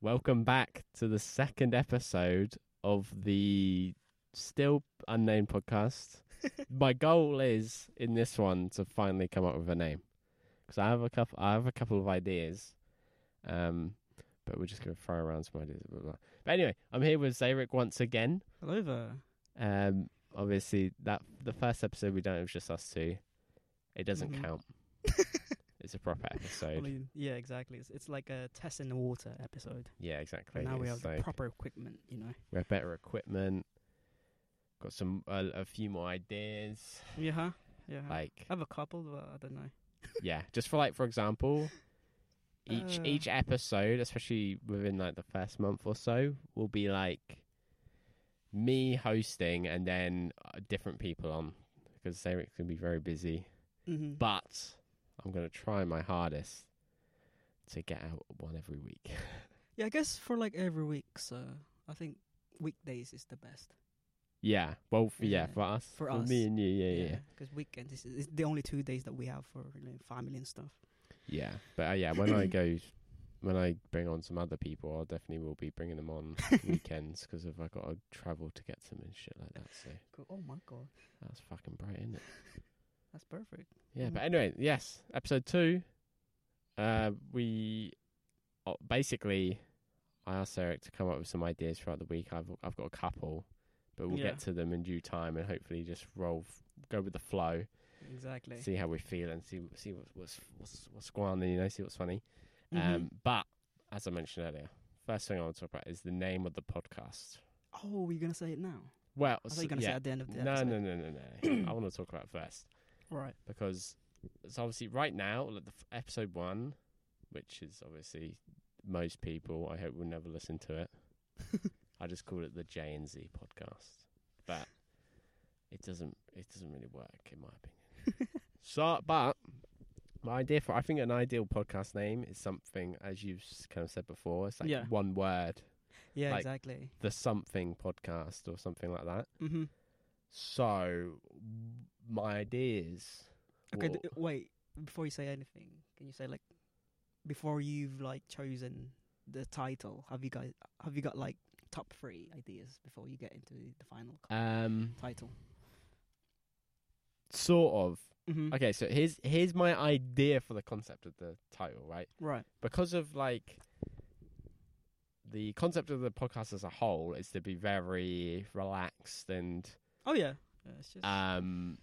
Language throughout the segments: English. Welcome back to the second episode of the still unnamed podcast. My goal is in this one to finally come up with a name because I have a couple. I have a couple of ideas, um, but we're just going to throw around some ideas. Blah, blah. But anyway, I'm here with Zarek once again. Hello there. Um, obviously, that the first episode we done it was just us two. It doesn't Mhm. count. It's a proper I episode. mean, yeah, exactly. It's, it's like a test in the water episode. yeah, exactly. But now we It's have the like- proper equipment, you know. We have better equipment. Got some a, a few more ideas. Yeah, huh? Yeah. huh. Like I have a couple, but I don't know. yeah, just for like for example, each Uh. each episode, especially within like the first month or so, will be like me hosting and then uh, different people on because Eric's gonna be very busy. Mm-hmm. But I'm gonna try my hardest to get out one every week. yeah, I guess for like every week, so I think weekdays is the best yeah, well, f- yeah, Yeah, for us, for me us. and you, yeah. yeah. Because weekends is, is the only two days that we have for you know, family and stuff. Yeah, but uh, yeah, when I go, when I bring on some other people, I definitely will be bringing them on weekends because if I got to travel to get them and shit like that, so Cool. Oh my god, that's fucking bright, isn't it? that's perfect. Yeah, Mm. but anyway, yes, episode two. Uh, we uh, basically, I asked Eric to come up with some ideas throughout the week. I've I've got a couple, but we'll Yeah. get to them in due time and hopefully just roll, f- go with the flow. Exactly. see how we feel and see see what's what's what's, what's going on. You know, see what's funny. Mhm. Um, but as I mentioned earlier, first thing I want to talk about is the name of the podcast. Oh, we're gonna say it now. Well, I so- thought you were gonna say yeah. it at the end of the no, episode. no, no, no, no. I want to talk about it first Right. because it's obviously right now, like the f- episode one, which is obviously most people. I hope will never listen to it. I just call it the J and Z podcast, but it doesn't it doesn't really work in my opinion. so, but my idea for I think an ideal podcast name is something as you've s- kind of said before. It's like Yeah. one word, Yeah, Like- exactly. the something podcast or something like that. Mm-hmm. So, w- my ideas. Okay, will- d- uh, wait. Before you say anything, can you say like, before you've like chosen the title, have you guys have you got like top three ideas before you get into the final co- um, title? sort of. Mm-hmm. Okay, so here's here's my idea for the concept of the title, right? Right. Because of like the concept of the podcast as a whole is to be very relaxed and Oh yeah. yeah it's just um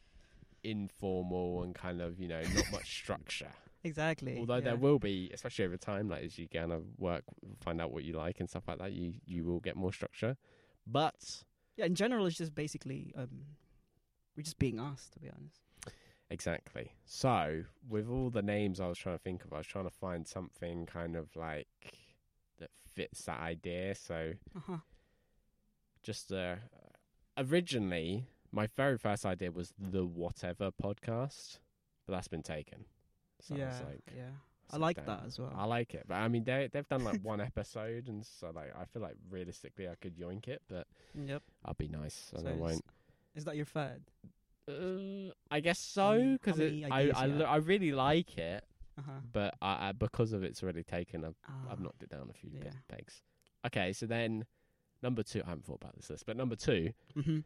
informal and kind of, you know, not much structure. exactly. Although yeah. there will be, especially over time, like as you kind of work, find out what you like and stuff like that, you you will get more structure. But yeah. In general, it's just basically um, we're just being asked to be honest. Exactly. So, with all the names I was trying to think of, I was trying to find something kind of like that fits that idea. So, Uh huh. just uh, originally, my very first idea was the Whatever podcast, but that's been taken. So yeah. it's like, yeah. it's I like damn. that as well. I like it, but I mean, they they've done like one episode, and so like I feel like realistically I could yoink it, but yep. I'll be nice and So I it's- won't. Is that your third? Uh, I guess How many- so how because many I ideas I, you lo- had? I really like it. Uh huh. but I, I, because of it's already taken, I've, I've knocked it down a few pe- Ah, yeah. pegs. Okay, so then number two, I haven't thought about this list, but number two Mm-hmm.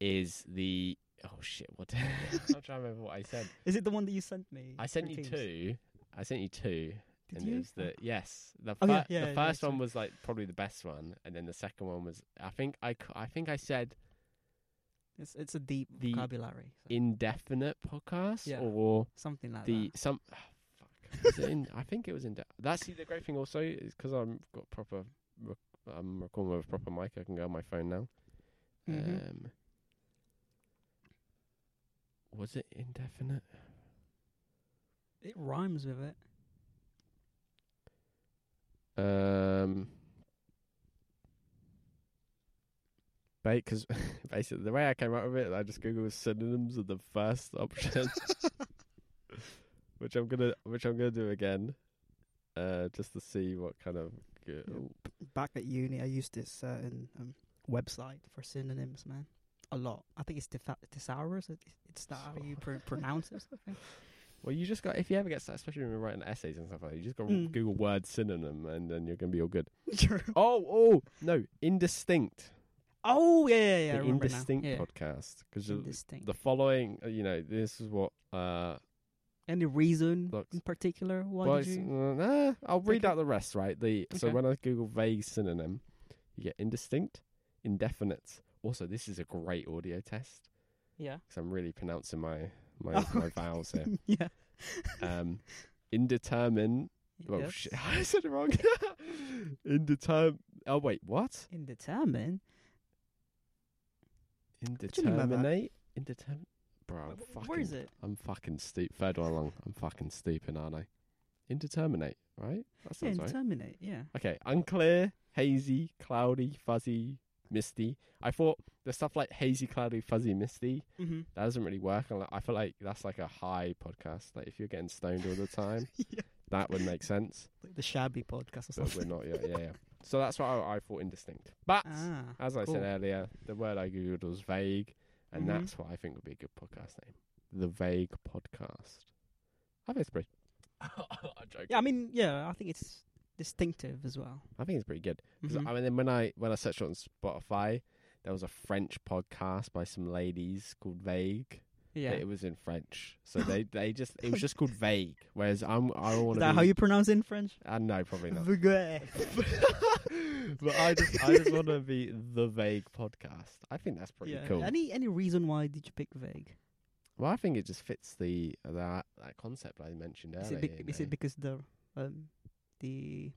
is the oh shit, what? I'm trying to remember what I said. Is it the one that you sent me? I sent through you Teams? two. I sent you two, Did and you? it was the yes, the, Oh, yeah, fir- yeah, the yeah, first sorry. one was like probably the best one, and then the second one was I think I c- I think I said Uh, It's it's a deep The vocabulary. so indefinite podcast Yeah. or something like the some. Oh, fuck. Was it in, I think it was in. De- That's see, the great thing also is because I'm got proper. Rec- I'm recording with a proper mic. I can go on my phone now. that. Mhm. Um, was it indefinite? it rhymes with it. Um, because basically the way I came out of it, I just googled synonyms of the first option, which I'm gonna which I'm gonna do again, uh, just to see what kind of. uh, Yeah. Back at uni, I used this certain um, website for synonyms, man. A lot. I think it's thesaurus. It's that how you pr- pronounce it. or something. Well, you just got if you ever get started, especially when you're writing essays and stuff like that, you just got to Mm. Google word synonym, and then you're gonna be all good. Sure. Oh, oh no, indistinct. Oh yeah, yeah, yeah. I the remember indistinct now. Yeah. podcast because Indistinct. the following, uh, you know, this is what. Uh, Any reason Look. in particular why well, did it's- you? uh, nah, I'll read Okay. out the rest. Right. The so Okay. when I Google vague synonym, you get indistinct, indefinite. Also, this is a great audio test Yeah. because I'm really pronouncing my my, Oh. my vowels here. yeah. Um, indeterminate. Well, Yes. shit, I said it wrong. Indeterm. Oh wait, what? Indeterminate. do you mean by that? Indeterminate. Indeterminate. Bro, I'm Wh- wh- Oh, fucking. Where is it? I'm fucking steep. Third one along. I'm fucking steeping, aren't I? Indeterminate, right? That Yeah, sounds right. indeterminate. Yeah. Okay, unclear, hazy, cloudy, fuzzy, misty. I thought the stuff like hazy, cloudy, fuzzy, misty Mm-hmm. that doesn't really work. I'm like- I feel like that's like a high podcast. Like if you're getting stoned all the time, Yeah. that would make sense. Like the shabby podcast or But something. we're not. Yeah, yeah. yeah. So that's why I, I thought indistinct. But ah. as I cool. said earlier, the word I googled was vague, and Mhm. that's what I think would be a good podcast name: the Vague Podcast. I think it's pretty. I'm joking. Yeah, I mean, yeah, I think it's distinctive as well. I think it's pretty good. 'Cause, Mhm. I mean, then when I when I searched on Spotify, there was a French podcast by some ladies called Vague. Yeah. but It was in French, so they they just it was just called Vague. Whereas I'm I want Is to. that be, how you pronounce it in French? I know probably not. Vulgaire. but I just I just want to be the Vague podcast. I think that's pretty yeah. cool. Any any reason why did you pick vague? Well, I think it just fits the that that concept I mentioned earlier. Is it, bec- you is know. it because the um the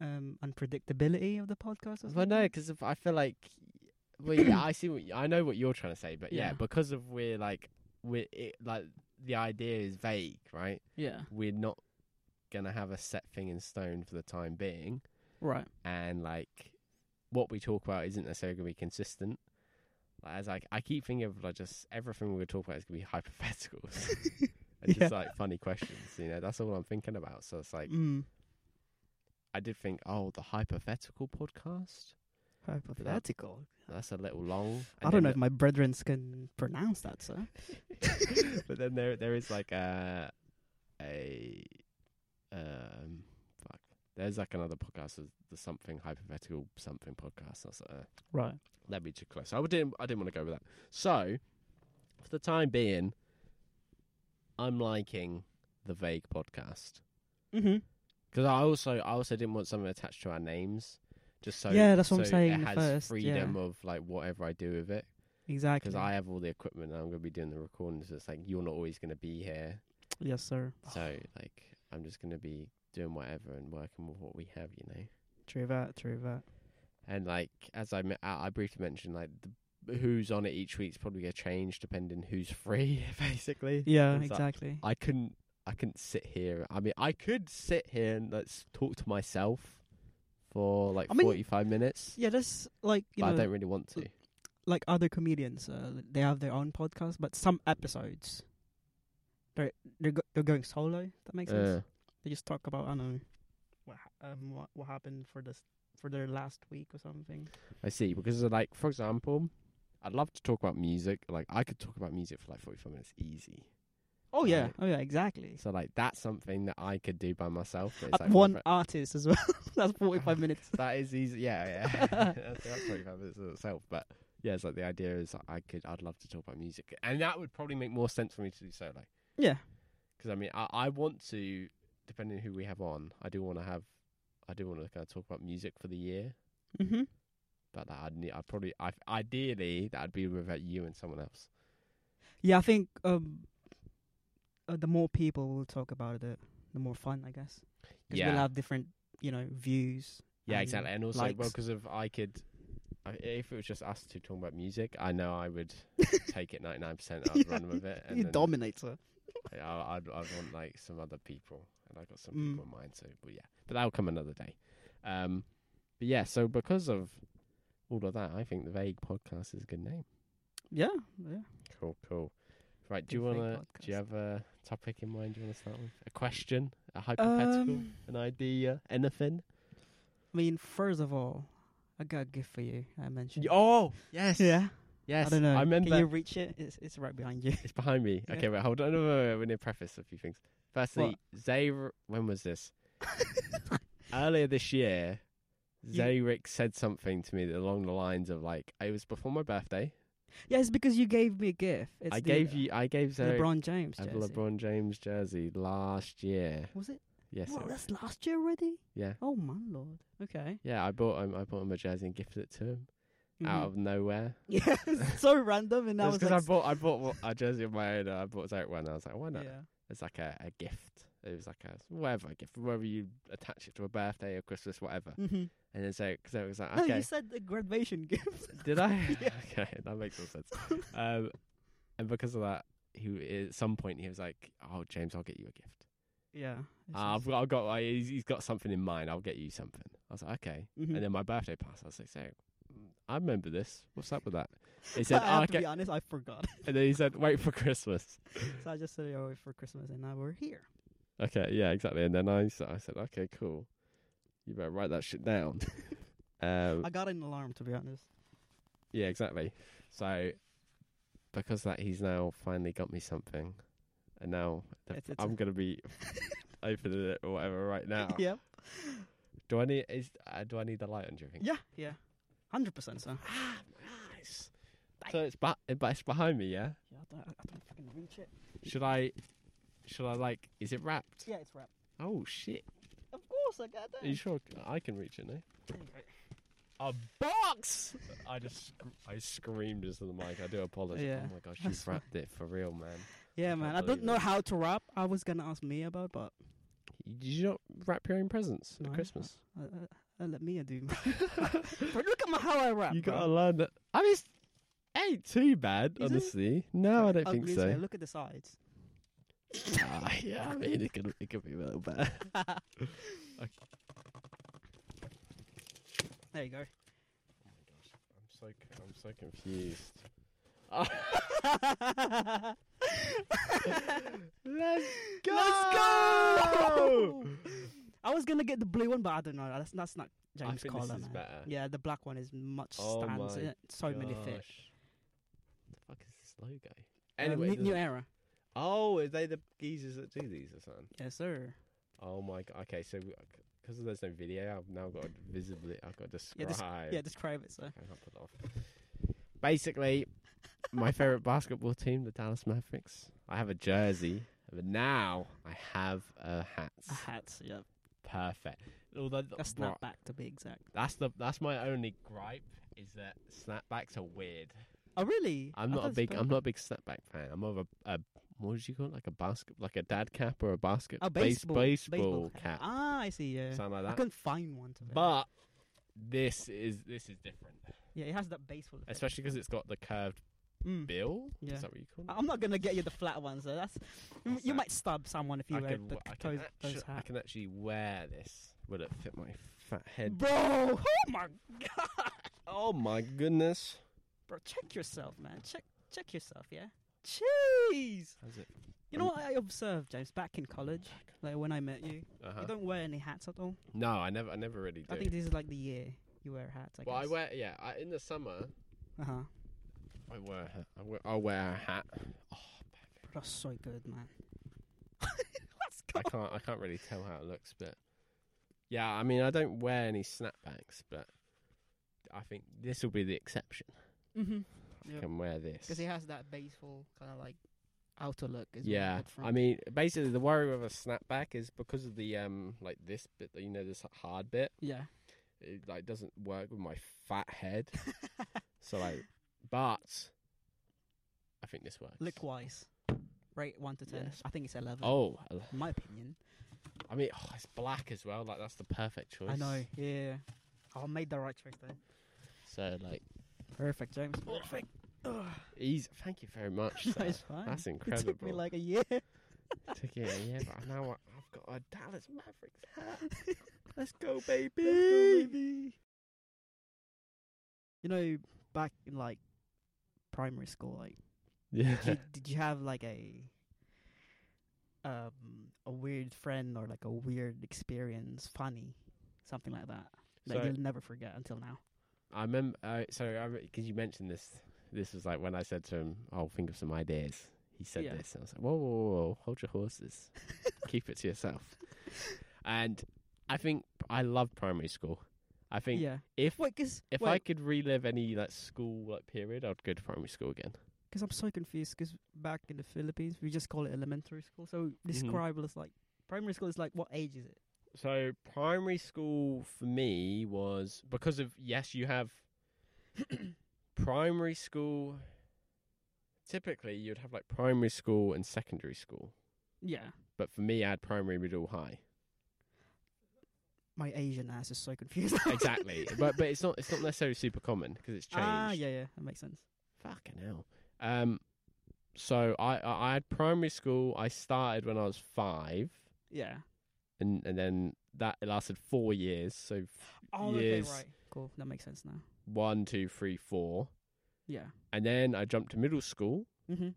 um unpredictability of the podcast? Or Well, something? no, because I feel like, well, yeah, I see. What, you- I know what you're trying to say, but yeah, Yeah. because of we're like we're it, like the idea is vague, right? Yeah. We're not gonna have a set thing in stone for the time being, Right. and like what we talk about isn't necessarily gonna be consistent. Like, as like I keep thinking of like just everything we're gonna talk about is gonna be hypotheticals and Yeah. just like funny questions. You know, that's all I'm thinking about. So it's like Mm. I did think, oh, the hypothetical podcast. Hypothetical. That's a little long. I don't know And if my brethren can pronounce that, sir. then- but then there there is like a a um fuck. There's like another podcast, the- the something hypothetical something podcast. I was like, uh, Right. that'd be too close. I didn't I didn't want to go with that. So for the time being, I'm liking the vague podcast Mm-hmm. because I also I also didn't want something attached to our names. Just so Yeah, that's what I'm so saying It has first, freedom of like whatever I do with it. Exactly. because I have all the equipment and I'm going to be doing the recording. So it's like you're not always going to be here. yes, sir. So like I'm just going to be doing whatever and working with what we have, you know. True that. True that. And like as I me- I I briefly mentioned, like the, who's on it each week's probably going to change depending who's free, basically. Yeah. It's like, Exactly. I couldn't I couldn't sit here. I mean, I could sit here and let's talk to myself for like I mean, 45 minutes, yeah, that's like you but I know, don't really want to. like other comedians, uh, they have their own podcast, but some episodes they're they're, go- they're going solo. if That makes sense. Uh, They just talk about I don't know what ha- um what, what happened for this for their last week or something. I see. Because of, like, for example, I'd love to talk about music. Like, I could talk about music for like forty-five minutes easy. Oh yeah, Right. oh yeah, exactly. So like, that's something that I could do by myself. but it's, At like, Uh, one whether- artist as well. that's forty five minutes. That is easy. Yeah, yeah. that's, that's forty-five minutes in itself. But yeah, it's like the idea is I could. I'd love to talk about music, and that would probably make more sense for me to do solo. Yeah. Because I mean, I, I want to, depending on who we have on, I do want to have, I do want to kind of talk about music for the year. Mm-hmm. But that I'd need, I'd probably, I ideally, that'd be without you and someone else. Yeah, I think um uh, the more people will talk about it, the more fun, I guess. 'Cause Yeah. we'll have different you know views. Yeah, and exactly. And also, well, 'cause likes. because of I could, I, if it was just us two talking about music, I know I would take it ninety nine percent. I'd Yeah, run with it. And you then dominate her. I, I- I'd, I'd want like some other people, and I got some Mm. people in mind. So, but yeah, but that'll come another day. Um, but yeah, so because of all of that, I think the Vague Podcast is a good name. Yeah, yeah. Cool, cool. Right, do The you Vague want to? Do you Podcast. have a topic in mind? You want to start with a question, a hypothetical, Um, an idea, anything? I mean, first of all, I got a gift for you. I mentioned. Oh, yes. Yeah. Yes, I don't know. I Can you remember. reach it? It's it's right behind you. It's behind me. Yeah. Okay, wait, hold on. No, no, no, We need to preface a few things. Firstly, Zayr, when was this? Earlier this year, You- Zayrick said something to me along the lines of like, "It was before my birthday. yeah, it's because you gave me a gift. It's I the gave you, I gave Zayrick LeBron James a jersey. LeBron James jersey last year. Was it? Yes, what? it was. That's last year already. yeah, Oh my lord. Okay. yeah. I bought him, I bought him a jersey and gifted it to him out Mhm. of nowhere. yeah, it's so random, and I That's was because like, I bought, I bought what- a jersey of my own. And I bought Zayrick one. I was like, why not? yeah. It's like a, a gift. It was like a whatever a gift, whether you attach it to a birthday or Christmas, whatever. hmm And then so, so it was like, No, okay, you said a graduation gift. did I? Yeah. Okay, that makes more sense. um, and because of that, he at some point he was like, "Oh, James, I'll get you a gift. yeah. it's Uh, I've just- got, I've got I, he's, he's got something in mind. I'll get you something." I was like, "Okay." Mhm. And then my birthday passed. I was like, "Saying, I remember this. What's up with that?" He said, I have "Oh, to be "Okay," honest, I forgot. and then he said, "Wait for Christmas." so I just said, "Oh, for Christmas," and now we're here. Okay, yeah, exactly. And then I, s- I said, okay, cool. You better write that shit down. um, I got an alarm, to be honest. yeah, exactly. So, because of that he's now finally got me something, and now the, It's- it's I'm a- gonna be opening it or whatever right now. Yep. Do I need is uh, do I need the light on? Do you think? Yeah. Yeah. Hundred percent, sir. Ah, nice. So it's but but it's behind me. Yeah. Yeah, I don't, I don't fucking reach it. Should I? Should I like? Is it wrapped? Yeah, it's wrapped. Oh shit! Of course, I got Are you sure I can reach it now? that. A box! I just sc- I screamed into the mic. I do apologize. Yeah, Oh my gosh, that's you've wrapped it for real, man. Yeah, I man. can't I don't believe know it. how to rap. I was gonna ask me about, but Did you not wrap your own presents No, at I- Christmas? uh, uh, uh, let me do. my- but look at my, how I rap. You bro. gotta learn that. I mean, it's ain't too bad, Is it? honestly. No, I don't I'll think lose so. it. Uh, Look at the sides. Ah, yeah, I mean, it could, it could be a little better. There you go. I'm so, I'm so confused. Let's go! go! I was gonna get the blue one, but I don't know. That's that's not I James think this Collar, is man. better. Yeah, the black one is much Oh stands. my in it. So many fit. Gosh. The fuck is this logo? Uh, Anyway, new, it new doesn't- era. oh, are they the geezers that do these or something? Yes, sir. Oh my god. Okay, so because there's no video, I've now got to visibly, I've got to Yeah, describe. this- Yeah, describe it, sir. I can't put it off. Basically, my favorite basketball team, the Dallas Mavericks. I have a jersey, but now I have a hat. A hat. Yeah, Perfect. Although a that's, snapback to be exact. that's the that's my only gripe is that snapbacks are weird. Oh, really? I'm not I thought a it's big. per- I'm not a big snapback fan. I'm more of a, a what did you call it? Like a basket, like a dad cap or a basket, Oh, base- baseball, baseball, hat. cap, Ah, I see. Yeah, something I like that. couldn't find one to wear. But this is this is different, yeah, it has that baseball. effect. especially because it's got the curved Mm. bill. Yeah. Is that what you call I- it? I'm not gonna get you the flat ones. Though. That's you What's that? might stab someone if you I wear can, the, w- I, can those, actu- those I hats. can actually wear this. Will it fit my fat head? Bro, oh my god, Oh my goodness! bro, check yourself, man. Check check yourself, yeah. Jeez, How's it? you know what I observed, James, back in college, like when I met you, Uh-huh. you don't wear any hats at all. No, I never, I never really do. I think this is like the year you wear hats. I well, I guess. wear. Yeah, I, in the summer, Uh huh. I wear. a hat. I wear. I wear a hat. That's so good, man. Let's go. I can't I can't really tell how it looks, but yeah, I mean I don't wear any snapbacks, but I think this will be the exception. Mhm. I Yep. can wear this. Because it has that baseball kind of like outer look. As well, Yeah, up front. I mean basically the worry with a snapback is because of the um like this bit, you know, this hard bit, yeah. it like doesn't work with my fat head. so like, but I think this works. Look wise, rate one to ten. Yes. I think it's eleven. Oh, in my opinion. I mean, oh, it's black as well. Like that's the perfect choice. I know. Yeah, I made the right choice there. So like, Perfect, James. Perfect. Ugh. easy. Thank you very much. No, sir. it's fine. That's it incredible. took me like a year. Took it a year, but now I- I've got a Dallas Mavericks hat. Let's go, baby. You know, back in like primary school, like Yeah. did, did you have like a um a weird friend or like a weird experience, funny, something like that that So- you'll never forget until now? I remember. Uh, sorry, because you mentioned this This was like when I said to him, "I'll think of some ideas." He said Yeah. this, and I was like, "Whoa, whoa, whoa, whoa hold your horses, keep it to yourself." And I think I love primary school. I think yeah. if Wait, because if I could relive any like school like period, I'd go to primary school again. Because I'm so confused. Because back in the Philippines, we just call it elementary school. So Mm-hmm. describe us like primary school is like what age is it? So primary school for me was because of yes, you have primary school. Typically, you'd have like primary school and secondary school, Yeah. but for me, I had primary, middle, high. My Asian ass is so confused. Exactly, but but it's not it's not necessarily super common because it's changed. ah, yeah, yeah, that makes sense. Fucking hell. Um, so I I I had primary school. I started when I was five, Yeah. and and then that lasted four years. So Oh, Yes. okay, right. Cool. That makes sense now. one, two, three, four, Yeah. and then I jumped to middle school. Mm-hmm.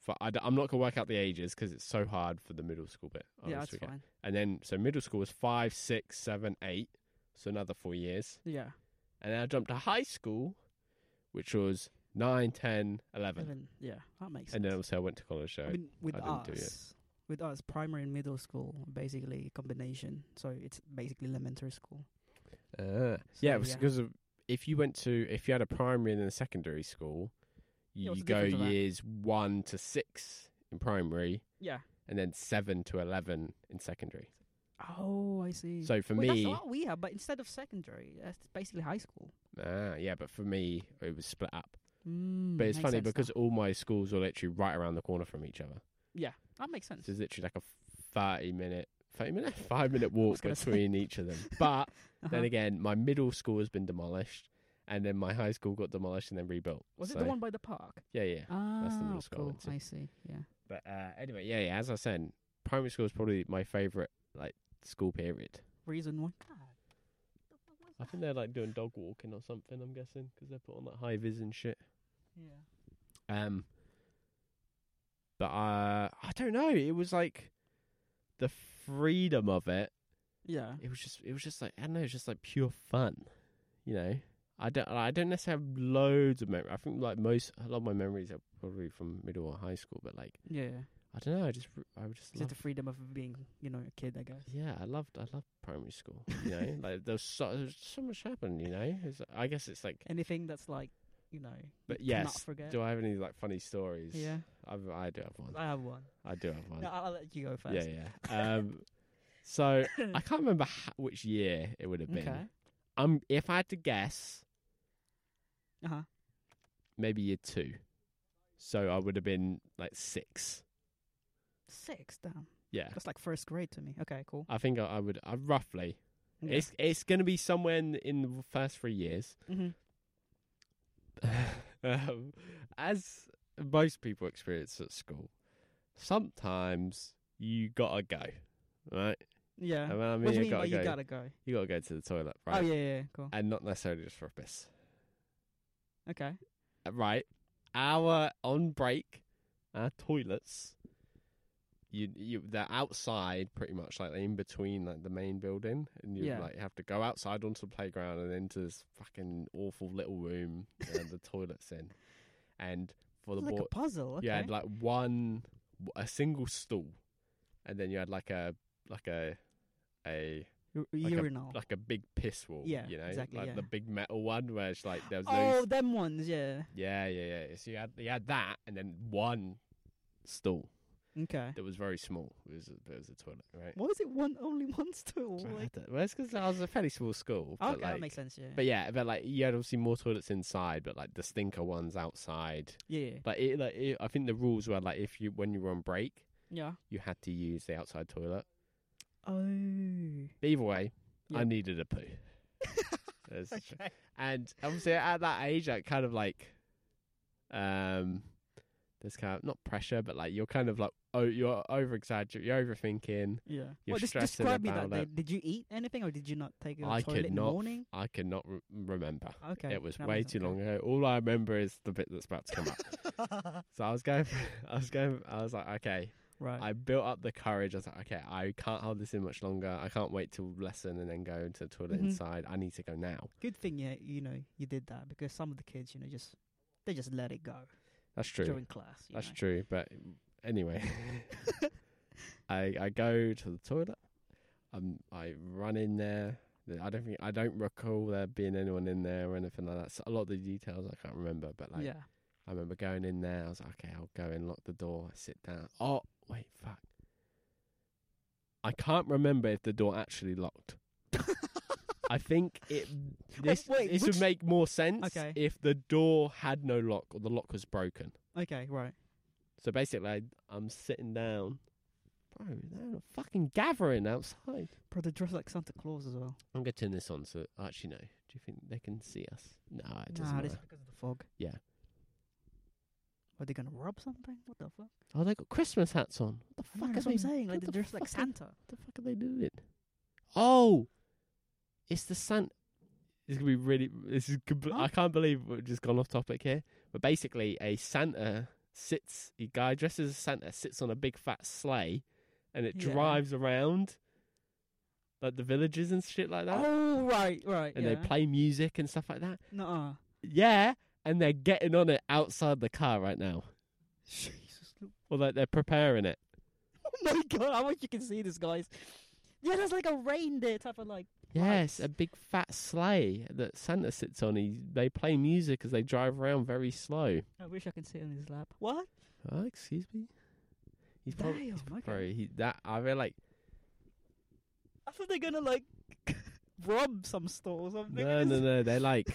For, I, am not gonna work out the ages 'cause it's so hard for the middle school bit. I yeah, always that's forget. fine. And then so middle school was five, six, seven, eight. So another four years, Yeah. and then I jumped to high school, which was nine, ten, eleven, Eleven. Yeah, that makes sense. and then obviously I went to college. So I mean, with I us, didn't do it. with us, primary and middle school basically combination. So it's basically elementary school. Uh, So, yeah, it was yeah. because of if you went to if you had a primary and then a secondary school, Yeah, you what's the go difference of that? years one to six in primary, Yeah. and then seven to eleven in secondary. Oh, I see. So for Wait, me, that's what we have, but instead of secondary, that's basically high school. ah, yeah, but for me, it was split up. Mm, But it's makes funny sense now. because all my schools were literally right around the corner from each other. that makes sense. So it's literally like a thirty minute, thirty minute, five minute was walk gonna say. between each of them. But Uh-huh. then again, my middle school has been demolished, and then my high school got demolished and then rebuilt. was it So, the one by the park? Yeah, yeah. Ah, the middle school I cool. went to. I see. Yeah. But uh, anyway, yeah, yeah, as I said, primary school is probably my favourite like school period. Reason why? I think they're like doing dog walking or something. I'm guessing because they're put on like high vis and shit. Yeah. Um, but uh, I don't know. It was like the freedom of it. Yeah. It was just, it was just like I don't know. It was just like pure fun, you know. I don't, I don't necessarily have loads of memory. I think like most, a lot of my memories are probably from middle or high school. But like, Yeah. I don't know. I just, I would just It's love like the freedom of being, you know, a kid, I guess. Yeah, I loved I loved primary school. You know, like there's so there's so much happened. You know, it's, I guess it's like. Anything that's like, you know, But you cannot yes, forget. do I have any like funny stories? yeah. I've, I do have one. I have one. I do have one. No, I'll let you go first. yeah, yeah. Um, so I can't remember ho- which year it would have been. Okay. Um, if I had to guess, Uh Uh-huh. huh. maybe year two. So I would have been like six. Six. Damn. Yeah, That's like first grade to me. Okay. Cool. I think I, I would. I roughly. Okay. It's it's gonna be somewhere in, in the first three years. Mhm. um, as most people experience at school, sometimes you gotta go, right? Yeah. I mean, I mean, what do Oh, you, you mean gotta by go. you gotta go? you gotta go to the toilet, right? Oh yeah, yeah, yeah. Cool. And not necessarily just for a piss, Okay. Uh, right? Our on break, our toilets. You, you, they're outside, pretty much like in between, like the main building, and you Yeah. like have to go outside onto the playground and into this fucking awful little room, and the toilets in, and for the It's like boy, a puzzle. Okay. You had like one, a single stool, and then you had like a like a a U- like a- urinal. like a big piss wall. Yeah, you know, exactly, like yeah. the big metal one where it's like there was oh, no. them ones. Yeah. Yeah, yeah, yeah. So you had you had that, and then one stool Okay. that was very small. It was a, it was a toilet, right? Why is it one only one stool? I Like, don't- well, it's 'cause I was a fairly small school. But okay, like, that makes sense. Yeah. But yeah, but like you had obviously more toilets inside, but like the stinker ones outside. yeah. Like it, like it, I think the rules were like if you when you were on break, Yeah. you had to use the outside toilet. Oh. But either way, I Yeah. needed a poo. That's the truth. And obviously, at that age, like kind of like, um, there's kind of not pressure, but like you're kind of like oh, you're over exaggerating, you're overthinking. Yeah. You're well, just stressing describe me that about day. it. Did you eat anything or did you not take a I toilet could in the not. morning? I could not re- remember. Okay. It was that way makes too sense. long ago. All I remember is the bit that's about to come up. so I was going, for, I was going, I was like, okay, Right. I built up the courage. I was like, okay, I can't hold this in much longer. I can't wait till lesson and then go into the toilet Mhm. inside. I need to go now. Good thing you you know you did that because some of the kids you know just They just let it go That's true. during class. you That's know. true. But anyway, I I go to the toilet. Um, I run in there. Th- I don't think I don't recall there being anyone in there or anything like that. So a lot of the details I can't remember, but like yeah. I remember going in there. I was like, okay, I'll go in, lock the door, I sit down. Oh wait, fuck. I can't remember if the door actually locked. I think it. This wait, this which- would make more sense Okay. if the door had no lock or the lock was broken. Okay, right. So basically, I, I'm sitting down. Bro, they're a fucking gathering outside. Bro, they dress like Santa Claus as well. I'm going to turn this on so. Actually, no. Do you think they can see us? No, it doesn't nah, matter. this is because of the fog. Yeah. Are they gonna rob something? What the fuck? Oh, they got Christmas hats on. What the No, fuck are that's they what I'm saying. Like what they the dress like fuck are- Santa. What the fuck are they doing? Oh! It's the Santa. This is going to be really. This is. compl- Huh? I can't believe we've just gone off topic here. But basically, a Santa sits. A guy dresses as Santa sits on a big fat sleigh and it Yeah. drives around like the villages and shit like that. Oh right, right. and yeah. they play music and stuff like that. Nuh-uh. Yeah, and they're getting on it outside the car right now. Jesus. Well, like they're preparing it. Oh my god, I wish you can see this, guys. Yeah, there's like a reindeer type of like. Yes, Right. a big fat sleigh that Santa sits on. He, they play music as they drive around very slow. I wish I could sit on his lap. What? Oh, excuse me. He's probably, Damn, okay. sorry, he, that I feel like I thought they're gonna like rob some store or something. no, no, no. They like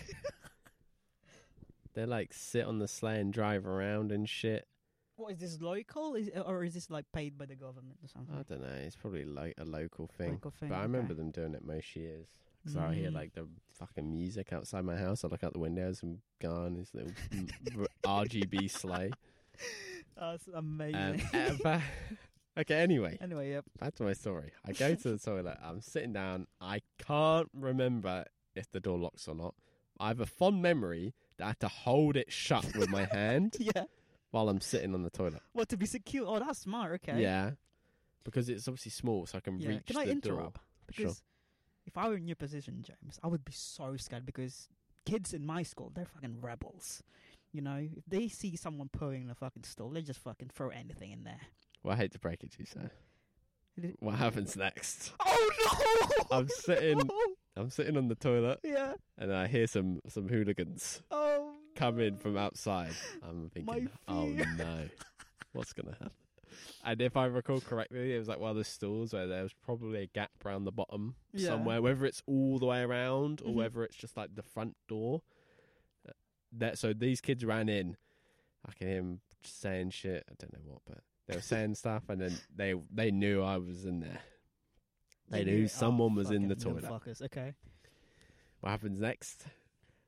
they like sit on the sleigh and drive around and shit. What is this local? Is or is this like paid by the government or something? I don't know. It's probably like a local thing. Local Oh, thing, But I okay. remember them doing it most years. 'Cause I hear Mm. like the fucking music outside my house. I look out the windows and gone is little m- r- RGB sleigh. That's amazing. Um, uh, but- okay, anyway, anyway, yep. back to my story. I go to the toilet. I'm sitting down. I can't remember if the door locks or not. I have a fond memory that I had to hold it shut with my hand Yeah. while I'm sitting on the toilet. What to be secure? Oh, that's smart. Okay. Yeah, because it's obviously small, so I can Yeah. reach Can I the interrupt? door. Sure. Because if I were in your position, James, I would be so scared because kids in my school, they're fucking rebels. You know, if they see someone pulling in a fucking stall, they just fucking throw anything in there. Well, I hate to break it to you, sir. It is- What happens next? Oh no! I'm sitting- No! I'm sitting on the toilet Oh, Yeah. and I hear some some hooligans Oh. come in from outside. I'm My thinking, oh fear." no, what's gonna happen? And if I recall correctly, it was like one of the stalls where there was probably a gap round the bottom Yeah. somewhere, whether it's all the way around or Mhm. whether it's just like the front door. Uh, That so these kids ran in. I can hear them saying shit. I don't know what, but they were saying stuff, and then they they knew I was in there. They knew Oh, someone was in the fucking toilet. motherfuckers, Okay. What happens next?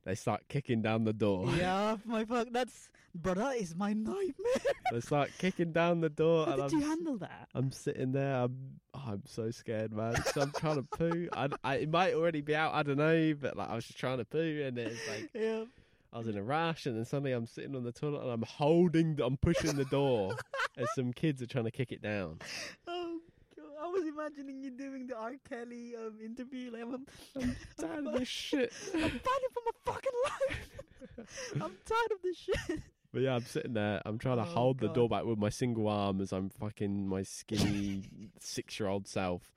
They start kicking down the door. yeah, my fuck. That's bro. That is my nightmare. they start kicking down the door, How and did I'm, you handle that? I'm sitting there. I'm oh, I'm so scared, man. 'cause I'm trying to poo. I, I it might already be out. I don't know, but like I was just trying to poo, and it's like Yeah. I was in a rush, and then suddenly I'm sitting on the toilet, and I'm holding, the, I'm pushing the door as some kids are trying to kick it down. Oh, God. I was imagining you doing the R. Kelly um, interview. Like, I'm, I'm, I'm, Damn this shit. I'm fighting for my fucking life. I'm tired of this shit. But yeah, I'm sitting there. I'm trying to Oh, hold the God. door back with my single arm as I'm fucking my skinny six year old self.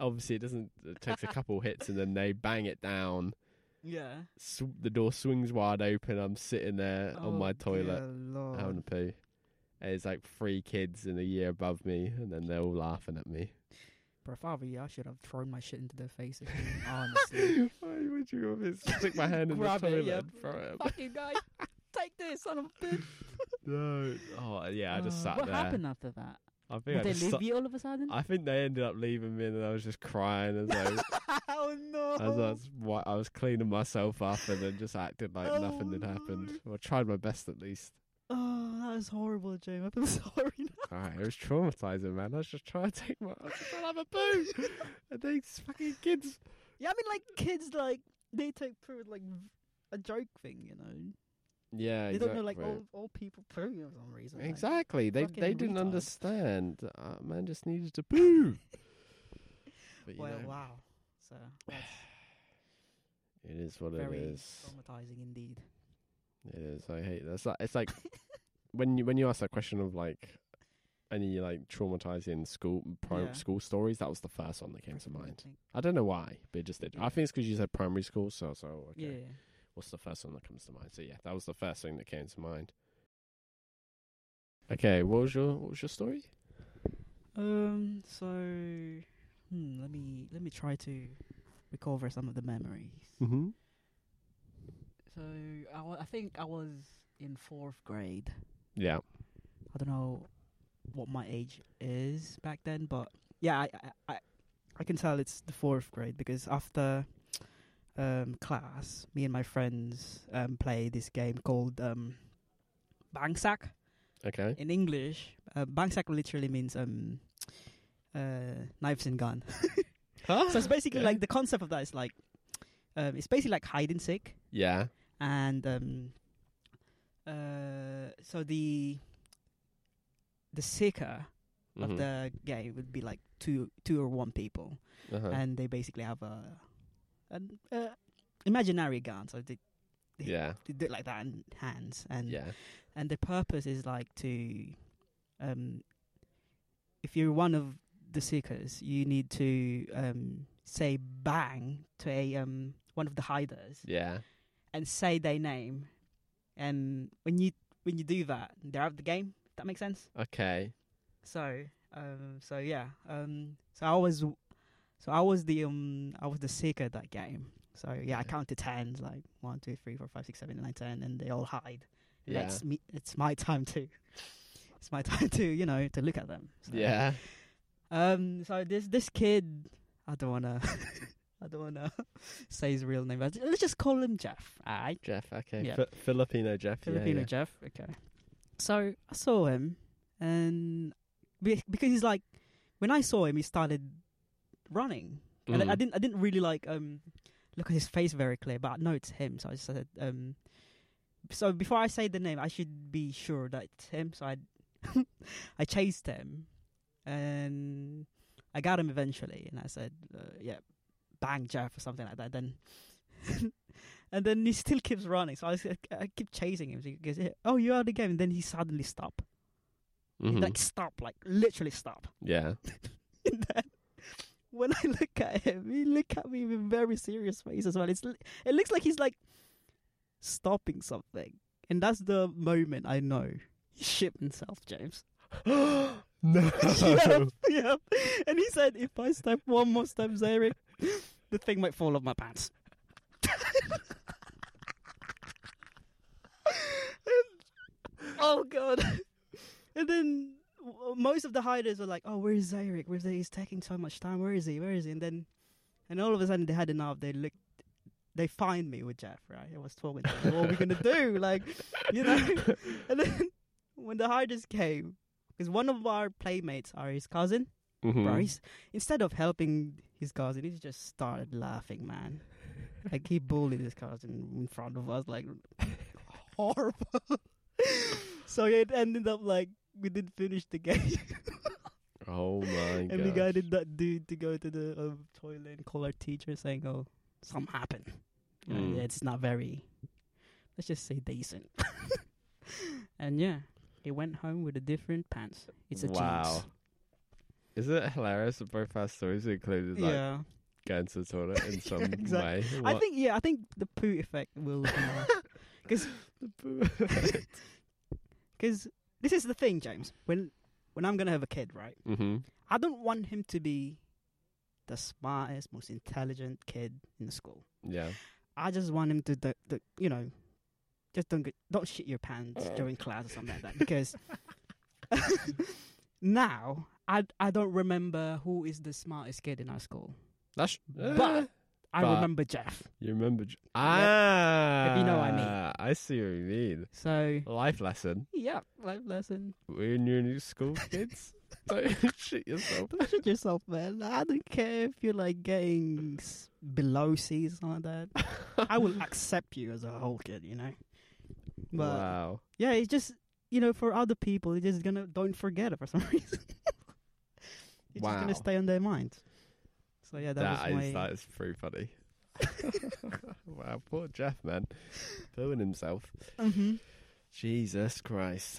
Obviously, it doesn't. It takes a couple hits and then they bang it down. Yeah. Sw- the door swings wide open. I'm sitting there Oh, on my toilet having a poo. And it's like three kids in a year above me, and then they're all laughing at me. Bro, if I were you, I should have thrown my shit into their faces. Honestly. Why would you obviously stick my hand in Grab the toilet? it, yeah. and throw it up? Fucking guy. Take this, son of a bitch. No. Oh yeah, I just Uh, sat What there. happened after that? I think Did I they just leave sat- you all of a sudden? I think they ended up leaving me, and then I was just crying as I oh no. as I was, wi- I was cleaning myself up, and then just acted like nothing had Oh, happened. Well, I tried my best at least. Oh, that was horrible, James. I feel sorry now. All right, it was traumatizing, man. I was just trying to take my, I was just trying to have a poo, and these fucking kids. Yeah, I mean, like kids, like they take poo with, like v- a joke thing, you know. Yeah, They exactly. don't know like all all people poo for some reason. like. Exactly. They fucking they didn't retard. understand. Uh, man just needed to poo. But, you Well, know, wow. So that's It is what it very is. traumatizing indeed. It is. I hate this. It's like when you when you ask that question of like any like traumatizing school pri- Yeah. school stories, that was the first one that came to Preferably, I mind. think. I don't know why, but it just did. I think it's 'cause you said primary school, so so okay. Yeah, yeah. What's the first one that comes to mind? So yeah, that was the first thing that came to mind. Okay, what was your what was your story? Um. So, hmm, let me let me try to recover some of the memories. Mm-hmm. So I wa- I think I was in fourth grade. Yeah. I don't know what my age is back then, but yeah, I I I, I can tell it's the fourth grade because after um class, me and my friends um play this game called um Bangsak. Okay. In English, uh, Bangsak literally means um uh knives and gun. Huh? so it's basically Okay. like the concept of that is like um, it's basically like hide and seek Yeah. and um uh so the the seeker Mhm. of the game would be like two two or one people Uh-huh. and they basically have a an uh, imaginary gun so they, they, yeah. they do it like that in hands and Yeah. and the purpose is like to um if you're one of the seekers you need to um say bang to a um one of the hiders Yeah. and say their name and when you when you do that they're out of the game if that makes sense Uh. Okay. so um so yeah um so i was so i was the um i was the seeker at that game so yeah i Okay. counted tens like one two three four five six seven eight nine ten and they all hide and Yeah. it's me it's my time to it's my time to you know to look at them so, Yeah. um so this this kid i don't wanna i don't wanna say his real name but let's just call him jeff all right Jeff. Okay. Yeah. Fi- Filipino Jeff. yeah, Filipino yeah. Jeff. Okay. So I saw him, and be- because he's like, when I saw him, he started running, and I, Mm. I didn't, I didn't really like um look at his face very clear, but I know it's him, so I just said um. So before I say the name, I should be sure that it's him. So I, I chased him, and I got him eventually, and I said, uh, "Yeah, bang Jeff" or something like that. Then, and then he still keeps running. So I, s- I keep chasing him. So he goes, "Oh, you are the game." And then he suddenly stop. He, Mhm. like stop, like literally stop. Yeah. And then when I look at him, he look at me with very serious face as well. It's li- it looks like he's like stopping something, and that's the moment I know he shit himself, James. no. yep, yep. And he said, if I step one more step, Zarek, the thing might fall off my pants. And- oh god! And then w- most of the hiders were like, "Oh, where's Zarek? Where's he? He's taking so much time. Where is he? Where is he?" And then, and all of a sudden, they had enough. They looked. They find me with Jeff, right? I was talking to him. What are we gonna do? Like, you know. And then when the hiders came, because one of our playmates are his cousin, Mhm. Bryce. Instead of helping his cousin, he just started laughing, man. Like he bullied his cousin in front of us, like horrible. so it ended up like we didn't finish the game, Oh my god. and we guided that dude to go to the um, toilet and call our teacher, saying, "Oh, something happened. You know, Mm. It's not very, let's just say, decent." and yeah, he went home with a different pants. It's a Mm. Wow. jinx. Is it hilarious that both our stories included like yeah. going to the toilet in some exactly. way? I think yeah, I think the poo effect will because because this is the thing, James. When when I'm gonna have a kid, right? hmm I don't want him to be the smartest, most intelligent kid in the school. Yeah. I just want him to, the, the, you know, just don't get, don't shit your pants during class or something like that. Because now I I don't remember who is the smartest kid in our school. That's But- Eh, I But- remember Jeff. you remember j- Ah you know what I mean. I see what you mean. So Life lesson. yeah, life lesson. When you're new school kids, don't shit yourself. Don't shit yourself, man. I don't care if you're like getting s- below C or something like that. I will accept you as a whole kid, you know. But wow. yeah, it's just you know for other people, they're just gonna don't forget it for some reason. it's just Wow. gonna stay on their mind. So yeah, that, That was my is that is pretty funny. wow, poor Jeff, man. Pooing himself. Mm-hmm. Jesus Christ.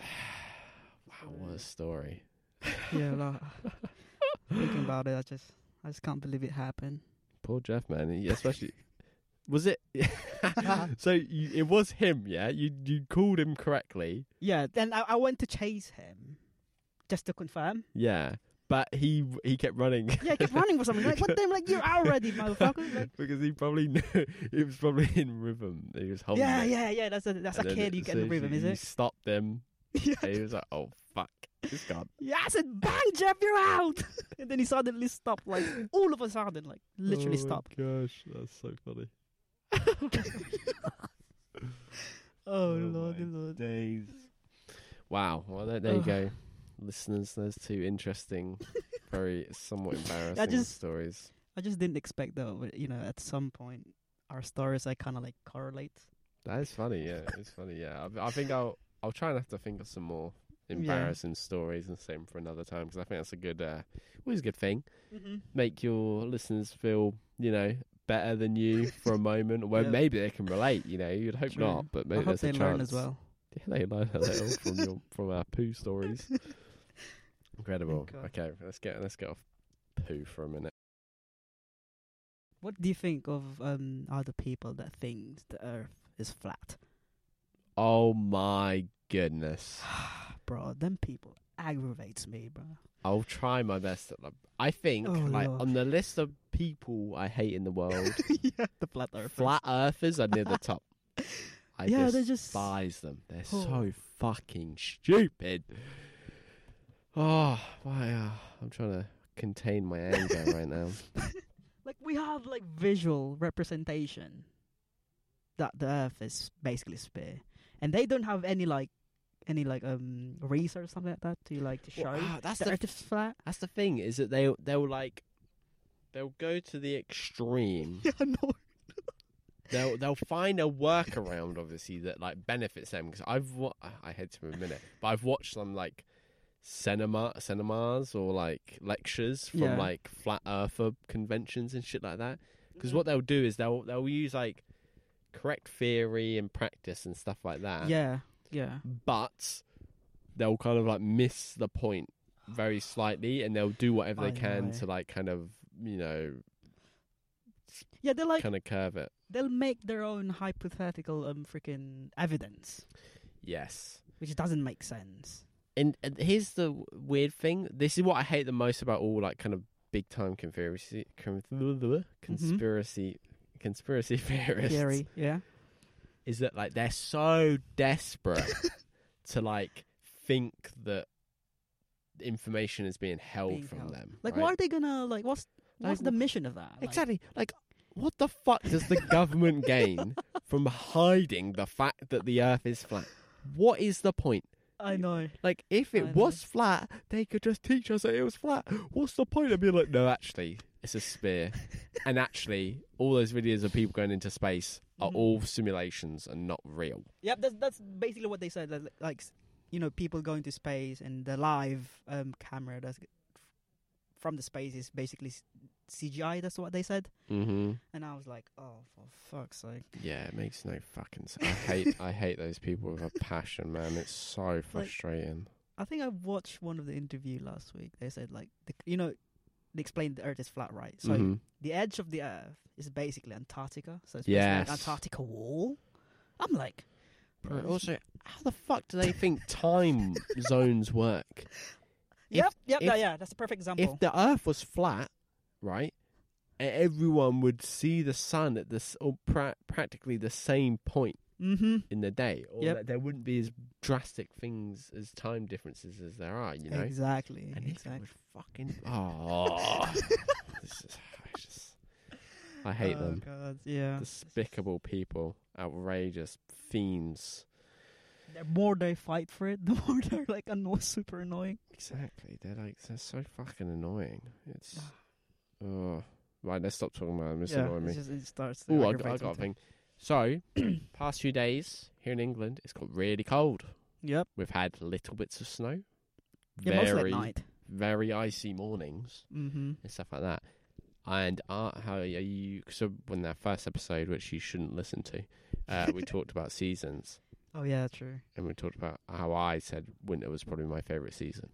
Wow, what Yeah. a story. Yeah, like, thinking about it, I just, I just can't believe it happened. Poor Jeff, man. He especially. Was it so? You, it was him, yeah. You you called him correctly, Yeah, then I, I went to chase him just to confirm. yeah. But he he kept running. Yeah, I kept running for something. Like, what the? Like, you're out already, motherfucker. Like, because he probably knew it was probably in rhythm. He was holding. yeah, it. yeah, yeah. That's a that's a Oh And then kid you get so in the rhythm, she- is he it? stopped him. Yeah. And he was like, "Oh fuck, it's gone." yeah, I said, bang, Jeff, you're out. and then he suddenly stopped, like all of a sudden, like literally oh stopped. My gosh, that's so funny. Oh, Oh lord, my lord. Days. Wow. Well, there, there you Ugh. go, listeners. There's two interesting, very somewhat embarrassing just- stories. I just didn't expect that. but, You know, at some point, our stories I kind of like correlate. That is funny. Yeah, it's funny. Yeah, I, I think I'll I'll try and have to think of some more embarrassing stories and same for another time because I think that's a good uh, always a good thing. Mm-hmm. Make your listeners feel you know better than you for a moment. Well, Yeah. maybe they can relate. You know, you'd hope True. not, but I maybe hope there's they a learn chance. as well. Yeah, they learn a little from your from our poo stories. Incredible. God. Okay, let's get let's get off poo for a minute. What do you think of um other people that think the Earth is flat, Oh my goodness! bro? Them people aggravates me, bro. I'll try my best. At, like, I think Oh, like Lord. on the list of people I hate in the world, yeah, the flat Earth. flat earthers are near the top. I yeah, they're despise just them. They're Oh. so fucking stupid. Oh, why? Uh, I'm trying to contain my anger right now. like we have like visual representation that the Earth is basically sphere, and they don't have any like any like um research or something like that to like to show Well, ah, that's the, the Earth is flat. That's the thing is that they they'll like they'll go to the extreme. Yeah, no. they'll they'll find a workaround obviously that like benefits them because I've wa- I had to admit it, but I've watched some like cinema cinemas or like lectures from Yeah. like flat earther conventions and shit like that. Mm-hmm. Because what they'll do is they'll they'll use like correct theory and practice and stuff like that. Yeah, yeah. But they'll kind of like miss the point very slightly and they'll do whatever I they can know. to like kind of you know Yeah, they're like kind of curve it they'll make their own hypothetical um freaking evidence, yes which doesn't make sense. and, and here's the w- weird thing this is what i hate the most about all like kind of big time conspiracy con- Mm-hmm. conspiracy conspiracy theorists Theory, yeah. is that like they're so desperate to like think that information is being held Being from held. them Like, right? what are they gonna like? What's Like, what's the wh- mission of that? Like, Exactly. Like, what the fuck does the government gain from hiding the fact that the Earth is flat? What is the point? I know. Like, if I it know. was flat, they could just teach us that it was flat. What's the point of being like, no, actually, it's a sphere. and actually, all those videos of people going into space are Mhm. all simulations and not real. Yep, that's that's basically what they said. Like, like s- you know, people going to space and the live um camera that's from the space is basically s- CGI. That's what they said, Mm-hmm. and I was like, oh, for fuck's sake! Yeah, it makes no fucking sense. I hate, I hate those people with a passion, man. It's so frustrating. I think I watched one of the interview last week. They said like, the, you know, they explained the Earth is flat, right? So Mhm. the edge of the Earth is basically Antarctica. So it's basically Yes. like an Antarctica wall. I'm like, Bro, Bro, also, how the fuck do they think time zones work? If- yep, yep, if- yeah, that's the perfect example. If the Earth was flat, right, e- everyone would see the sun at this or pra- practically the same point mm-hmm. in the day, or Yep. that there wouldn't be as drastic things as time differences as there are. You know, Exactly. and if it exactly. was fucking oh, this is I just I hate oh, them. God, yeah. Despicable people, outrageous fiends. The more they fight for it, the more they're like anno- super annoying. Exactly. They're like they're so fucking annoying. It's oh right. Let's stop talking about them. It's annoying it's me. just, it starts. to Oh, I, aggravate I got a me too. thing. So, past few days here in England, it's got really cold. Yep. We've had little bits of snow, Yeah, mostly at very night. very icy mornings Mm-hmm. and stuff like that. And are, how are you? So when that first episode, which you shouldn't listen to, uh, we talked about seasons, Oh yeah, true. and we talked about how I said winter was probably my favorite season.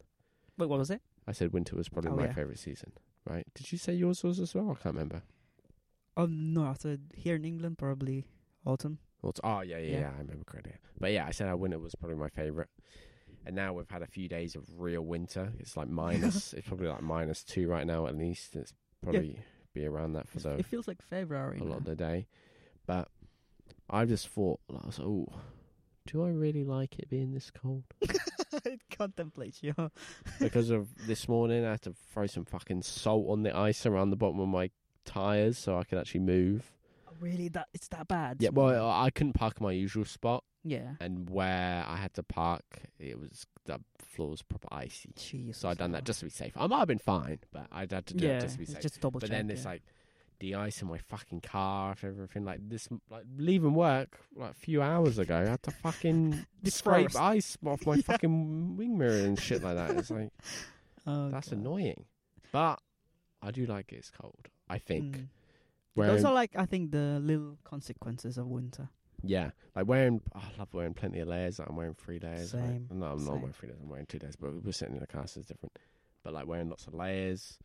Wait, what was it? I said winter was probably Oh, my yeah. favorite season. Right? Did you say yours was as well? I can't remember. Um, no, after here in England, probably autumn. Well, it's, oh yeah, yeah, yeah, Yeah. I remember correctly. But yeah, I said our winter was probably my favorite. And now we've had a few days of real winter. It's like minus. it's probably like minus two right now at least. It's probably be around that for the It feels like February. a lot now. of the day. But I've just thought, I was, oh, do I really like it being this cold? it contemplates you. because of this morning, I had to throw some fucking salt on the ice around the bottom of my tires so I could actually move. really, that it's that bad. Yeah, well, uh, I I couldn't park in my usual spot, yeah. and where I had to park, it was the floor was proper icy. Jeez. So I'd done that just to be safe. I might have been fine, but I'd had to do yeah, it just to be safe. just double but check. then it's yeah. like de-icing my fucking car after everything like this like leaving work like a few hours ago i had to fucking Dispersed. scrape ice off my Yeah. fucking wing mirror and shit like that it's like oh, that's God. annoying but i do like it's cold i think Mm. wearing, Those are like I think the little consequences of winter. yeah like wearing i love wearing plenty of layers like i'm wearing three layers like- Same, no i'm not same. wearing three layers i'm wearing two layers but we're sitting in the car so it's different but like wearing lots of layers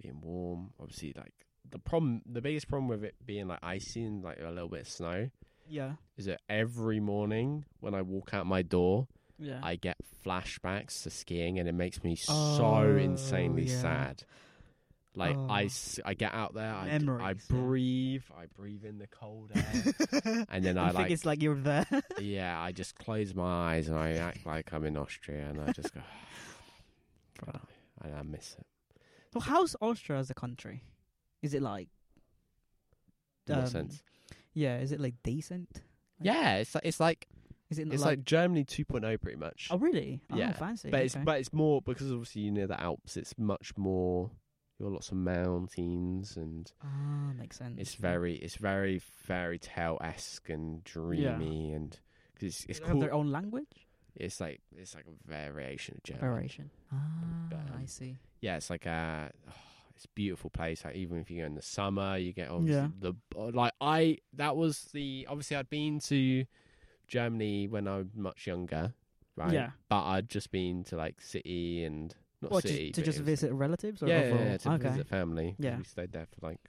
being warm obviously like the problem the biggest problem with it being like icy and like a little bit of snow Yeah. is that every morning when I walk out my door, Yeah. I get flashbacks to skiing, and it makes me Oh, so insanely yeah. sad. Like I, Oh. s- I get out there, I, d- I Memories, yeah. breathe, I breathe in the cold air, and then I I think like, it's like you're there. yeah, I just close my eyes and I act like I'm in Austria, and I just go, God, I, I miss it. so how's Austria as a country? Is it like In what Um, sense? yeah? Is it like decent? Yeah, it's like, it's like Is it it's like, Germany 2.0 pretty much. oh really? Yeah, Oh, fancy. But it's okay. but it's more because obviously you near the Alps. It's much more. You've got lots of mountains, and ah makes sense. it's very it's very fairy tale esque and dreamy, and cause it's It's it's called called their own language it's like it's like a variation of German. variation. Ah, But, um, I see. Yeah, it's like a it's a beautiful place. Like even if you go in the summer, you get obviously Yeah. the uh, like I that was the obviously I'd been to Germany when I was much younger, right? Yeah. but I'd just been to like city and. Not What, city, to, to but just it was, like, visit relatives or yeah, yeah, overall? yeah, to okay. visit family. 'cause Yeah. we stayed there for like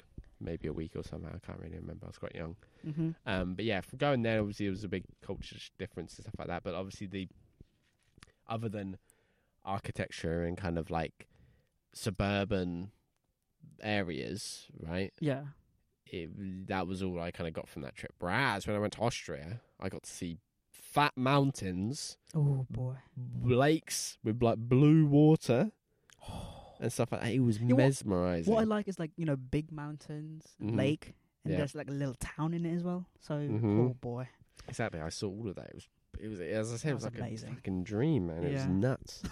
maybe a week or something. I can't really remember. I was quite young. Mm-hmm. Um, but yeah, from going there, obviously it was a big culture sh- difference and stuff like that. But obviously the other than architecture and kind of like suburban areas, right? Yeah. It, that was all I kind of got from that trip. Whereas when I went to Austria, I got to see fat mountains, Oh boy. lakes with like blue water and stuff like that. It was what- mesmerizing. What I like is like you know big mountains, Mhm. lake, and Yeah. there's like a little town in it as well. So Mhm. oh boy, Exactly. I saw all of that. It was, it was as I said, That it was was like a amazing. fucking dream, man. It was Yeah. nuts.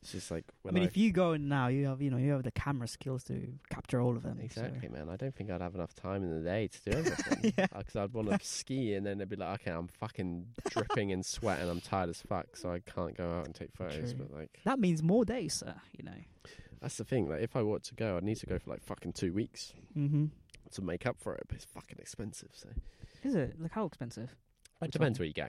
it's just like I when I, mean, if you go in now, you have you know you have the camera skills to capture all of them. so- exactly, man. I don't think I'd have enough time in the day to do everything. Yeah. Because I'd want to ski, and then they'd be like, okay, I'm fucking dripping in sweat, and I'm tired as fuck, so I can't go out and take photos. True. But like, That means more days, sir. You know. that's the thing. Like, if I were to go, I'd need to go for like fucking two weeks Mm-hmm. to make up for it. But it's fucking expensive. So Is it like how expensive? it depends where you go.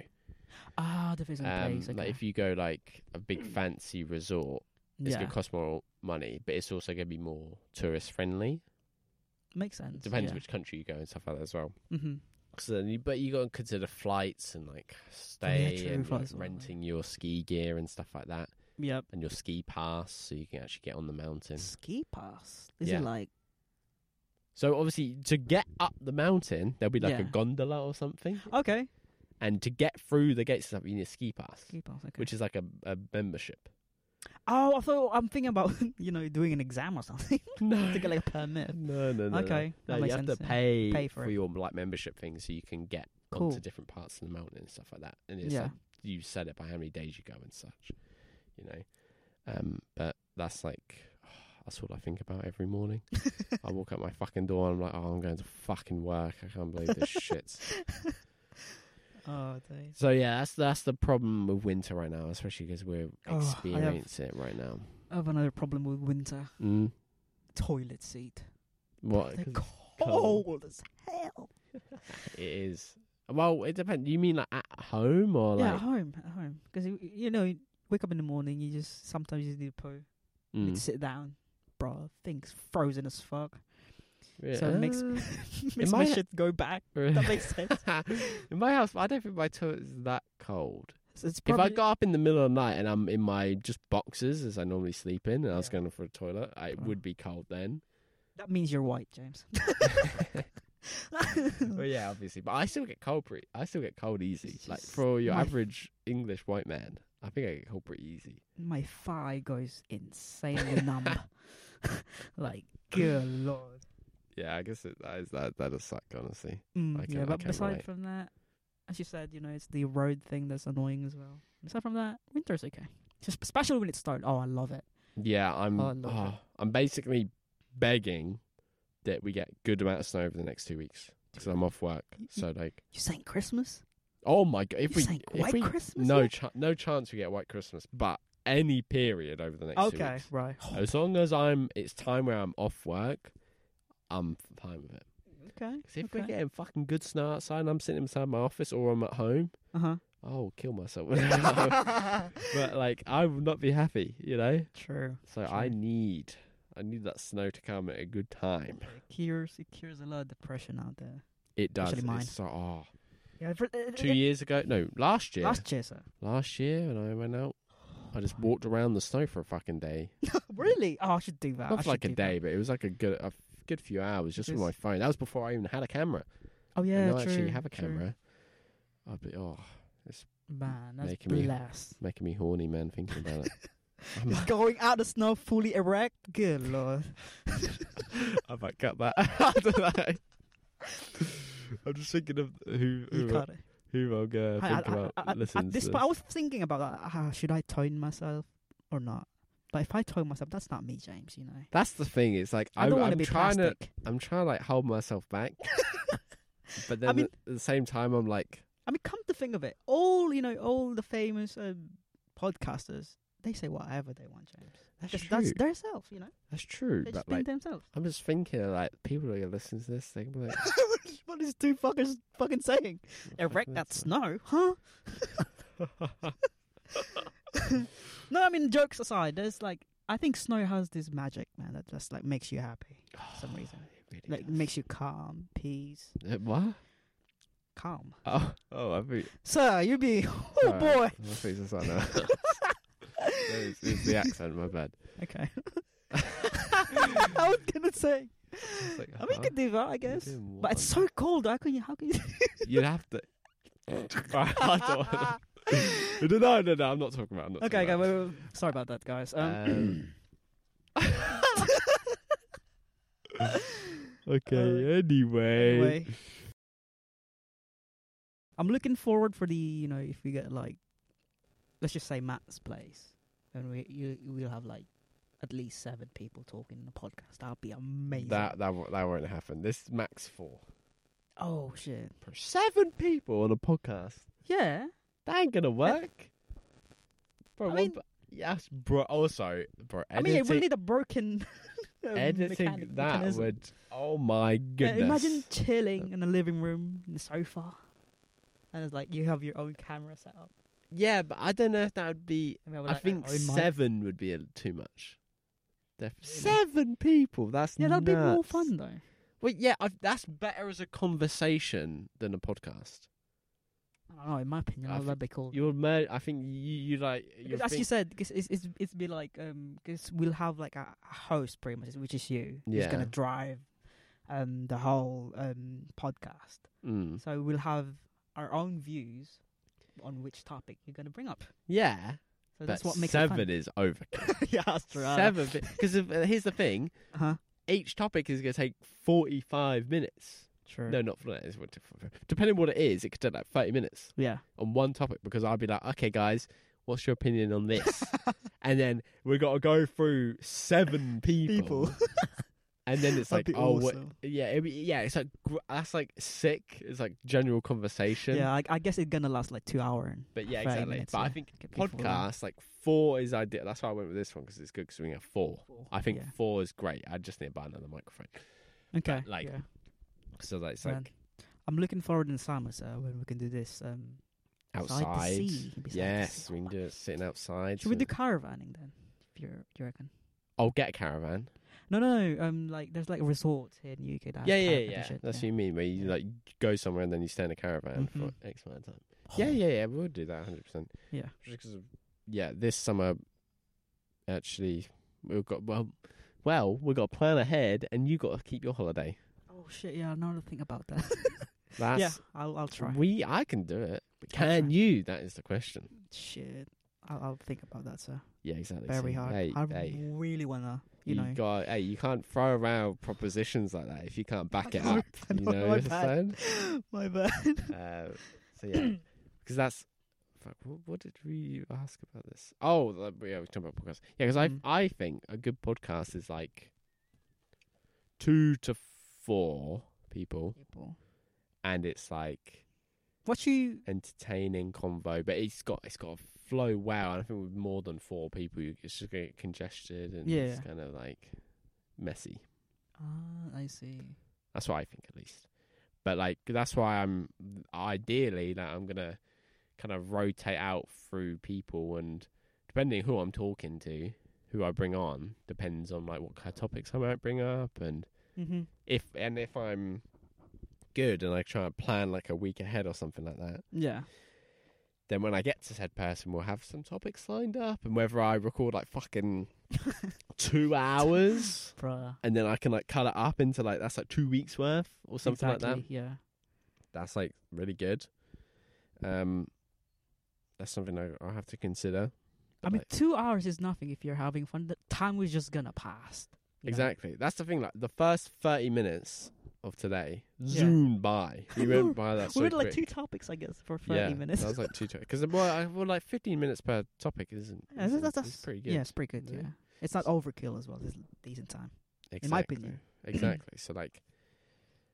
Ah, the visit Um, place. Okay. Like, if you go like a big fancy resort, it's yeah, going to cost more money, but it's also going to be more tourist friendly. makes sense. Depends yeah. which country you go and stuff like that as well. Mm-hmm. 'Cause then you, but you got to consider flights and like yeah, stay true, and like, flights as well, yeah. renting your ski gear and stuff like that, Yep. and your ski pass so you can actually get on the mountain. Ski pass. Is Yeah. it like So obviously, to get up the mountain, there'll be like a Yeah. gondola or something, okay? and to get through the gates and stuff, you need a ski pass, Ski pass. Okay. which is like a, a membership. oh, I thought I'm thinking about you know doing an exam or something No, to get like a permit. no, no, no. Okay, no. that No, you makes have sense, to yeah. pay, Pay for, for it. your like membership thing so you can get Cool. onto different parts of the mountain and stuff like that. And it's Yeah. like you set it by how many days you go and such, you know. Um, but that's like that's all I think about every morning. I walk out my fucking door and I'm like, oh, I'm going to fucking work. I can't believe this shit. oh, days. So yeah, that's that's the problem with winter right now, especially because we're Oh, I have- experiencing it right now. I have another problem with winter. Mm. Toilet seat. What They're 'cause cold, as hell. it is? Well, it depends. You mean like at home or yeah, at like? home, at home. Because you, you know, you wake up in the morning, you just sometimes you need a poo, you Mm. need to sit down, bro. Things frozen as fuck. Yeah. So it makes Uh, makes my my- shit go back. That makes sense. in my house, I don't think my toilet is that cold. So it's If probably, I got up in the middle of the night and I'm in my just boxes as I normally sleep in, and I was Yeah. going for a toilet, I, it Wow. would be cold then. that means you're white, James. well, Oh, yeah, obviously, but I still get cold pretty. I still get cold easy. It's like just for your my- average English white man, I think I get cold pretty easy. my thigh goes insanely numb. like, good lord. Yeah, I guess it, that is that. That does suck, honestly. Mm, I yeah, can- I but can aside relate. from that, as you said, you know, it's the road thing that's annoying as well. Aside from that, winter's okay. Just especially when it's snowed. Oh, I love it. Yeah, I'm. Oh, I love oh, I'm basically begging that we get good amount of snow over the next two weeks because I'm off work. So like, You saying Christmas? oh my god, if you we saying if white we Christmas? no yet? ch- no chance we get white Christmas, but any period over the next two Okay, Oh. weeks. right. As long as I'm, it's time where I'm off work. I'm fine with it. Okay. 'Cause if we're Okay. getting fucking good snow outside, and I'm sitting inside my office or I'm at home, Uh I'll kill myself. huh. but like, I will not be happy, you know. True. So I Sure. need, I need that snow to come at a good time. It cures, it cures a lot of depression out there. It does. Especially mine. It's so, oh, Yeah, for, uh, two years ago, no, last year, last, Last year, sir. year, when I went out, I just walked around the snow for a fucking day. really? Oh, I should do that. I Not should for like a do that. day, but it was like a good, a good few hours just with Because- my phone. That was before I even had a camera. Oh yeah, and now I true, actually have a true. camera. I'd be oh, Man, that's making me- blast. making me horny, man, thinking about it. I'm Just going out the snow fully erect. Good lord. I might cut that. I don't know. I'm just thinking of who You who, can't. who I'm gonna I, think I- I- about. I- I- at listen, this point, I was thinking about that. Ah, should I tone myself or not? But if I tone myself, that's not me, James. You know. that's the thing. It's like I I'm, don't want I'm to be trying plastic. to. I'm trying to like hold myself back, but then mean- at the same time, I'm like, I mean, come to think of it, all you know, all the famous um, podcasters, they say whatever they want, James. that's Just- true. that's That's, their self, you know. true. They just But being like, themselves. I'm just thinking like people are gonna listen to this thing. Like, what is two fuckers fucking saying? Erect that snow, huh? No, I mean jokes aside, there's like I think snow has this magic, man, that just like makes you happy for some reason. Like makes you calm, peace, what? calm. Oh, oh, I think. Sir, you be oh Sorry, boy. My face is like that. it's, it's the accent. My bad. Okay. I was gonna say. like, I mean, you huh? could do that, I You're guess. doing But it's one. so cold. How can you? How can you? You'd have to. I don't wanna- no, no, no, I'm not talking about. I'm not okay, okay. talking Wait, about. wait, wait. Sorry about that, guys. Um, Um, Uh, okay. anyway. uh, anyway, I'm looking forward for the you know if we get like, let's just say Matt's place, and we you we'll have like at least seven people talking in the podcast. That'll be amazing. that that wo- that won't happen. This is max four oh shit. for seven people on a podcast. Yeah. That ain't gonna work. Bro, Uh, I one mean- per- yes, bro. Also, bro, I editing, mean, it will need a broken. um, editing mechanic- that mechanism. would. Oh my Yeah, goodness! imagine chilling in the living room in the sofa, and it's like you have your own camera set up. Yeah, but I don't know if that would be. And we have, I like, our think own mic. seven would be a, too much. Def- Really? Seven people. That's Yeah, that'd be more nuts. fun though. Well, yeah, I've, that's better as a conversation than a podcast. I don't know, in my opinion, I I thi- that'd be cool. You're, mer- I think you, you like. You Because as you think- said, 'cause it's, it's it's be like um, cause we'll have like a a host pretty much, which is you, who's Yeah. gonna drive um the whole um podcast. Mm. So we'll have our own views on which topic you're gonna bring up. Yeah, So that's but what makes seven it is over. fun. yeah, that's true. seven, because uh, here's the thing: Huh? each topic is going to take forty-five minutes. True. No, not for that. Depending on what it is, it could take like thirty minutes Yeah. on one topic. Because I'd be like, okay, guys, what's your opinion on this? and then we got to go through seven people, and then it's like, That'd be oh, what, awesome. yeah, it'd be, yeah, it's like gr- that's like sick. It's like general conversation. Yeah, I, I guess it's gonna last like two hour and But yeah, 30 exactly. minutes, but I yeah. think Get people in. podcast like four is ideal. That's why I went with this one because it's good because we have four. Four, I think yeah. four is great. I just need to buy another microphone. Okay. But, like, yeah. So that's Man, like I'm looking forward in summer, so when we can do this. Um, beside the outside. sea, beside the yes, sea. we can do it sitting outside. should we so- do caravanning then? If you you reckon? I'll get a caravan. No, no, no. Um, like there's like resorts here in the UK. That have Yeah, yeah, caravan and yeah. shit, That's what yeah. you mean, where you Yeah. like go somewhere and then you stay in a caravan Mhm. for X amount of time. Yeah, yeah, yeah. We'll do that 100%. Yeah. Just 'cause of- yeah, this summer, actually, we've got, well, well, we've got to plan ahead and you got to keep your holiday. Oh shit! Yeah, I know nothing about that. That's, yeah, I'll I'll try. We, I can do it. But I'll can try. you? That is the question. Shit, I'll, I'll think about that, sir. Yeah, exactly. Very So, hard. Hey, I hey, really wanna, you, know. got, hey, you can't throw around propositions like that if you can't back it sorry, up. I You know, know my what I'm bad. saying? My bad. Uh, so yeah, because that's fuck, what, what did we ask about this? Oh, the- yeah, we were talking about podcasts. Yeah, because Mm. I I think a good podcast is like two to four people, People. and it's like What you? entertaining convo, but it's got it's got to flow well. And I think with more than four people, you it's just gonna get congested and it's Yeah. kind of like messy. Ah, I see. That's what I think, at least. But like, that's why I'm ideally that I'm gonna kind of rotate out through people, and depending who I'm talking to, who I bring on, depends on like what kind of topics I might bring up, and Mhm. if and if I'm good and I try and plan like a week ahead or something like that, Yeah. then when I get to said person, we'll have some topics lined up, and whether I record like fucking two hours. Bruh. And then I can like cut it up into like that's like two weeks worth or something like that. Exactly, Yeah. that's like really good. Um, that's something I I have to consider. I mean, like- two hours is nothing if you're having fun. The time is just gonna pass. you know? Exactly, that's the thing. Like the first thirty minutes of today Yeah. zoomed by. We went by that. so we had like quick. two topics, I guess, for thirty yeah, minutes. That was like two because well, I, well, like fifteen minutes per topic isn't. Yeah, that's- isn't- that's- is that's- pretty good. Yeah, it's pretty good. Yeah. Yeah. It's not overkill as well. It's decent time. exactly. in my opinion. exactly. So like,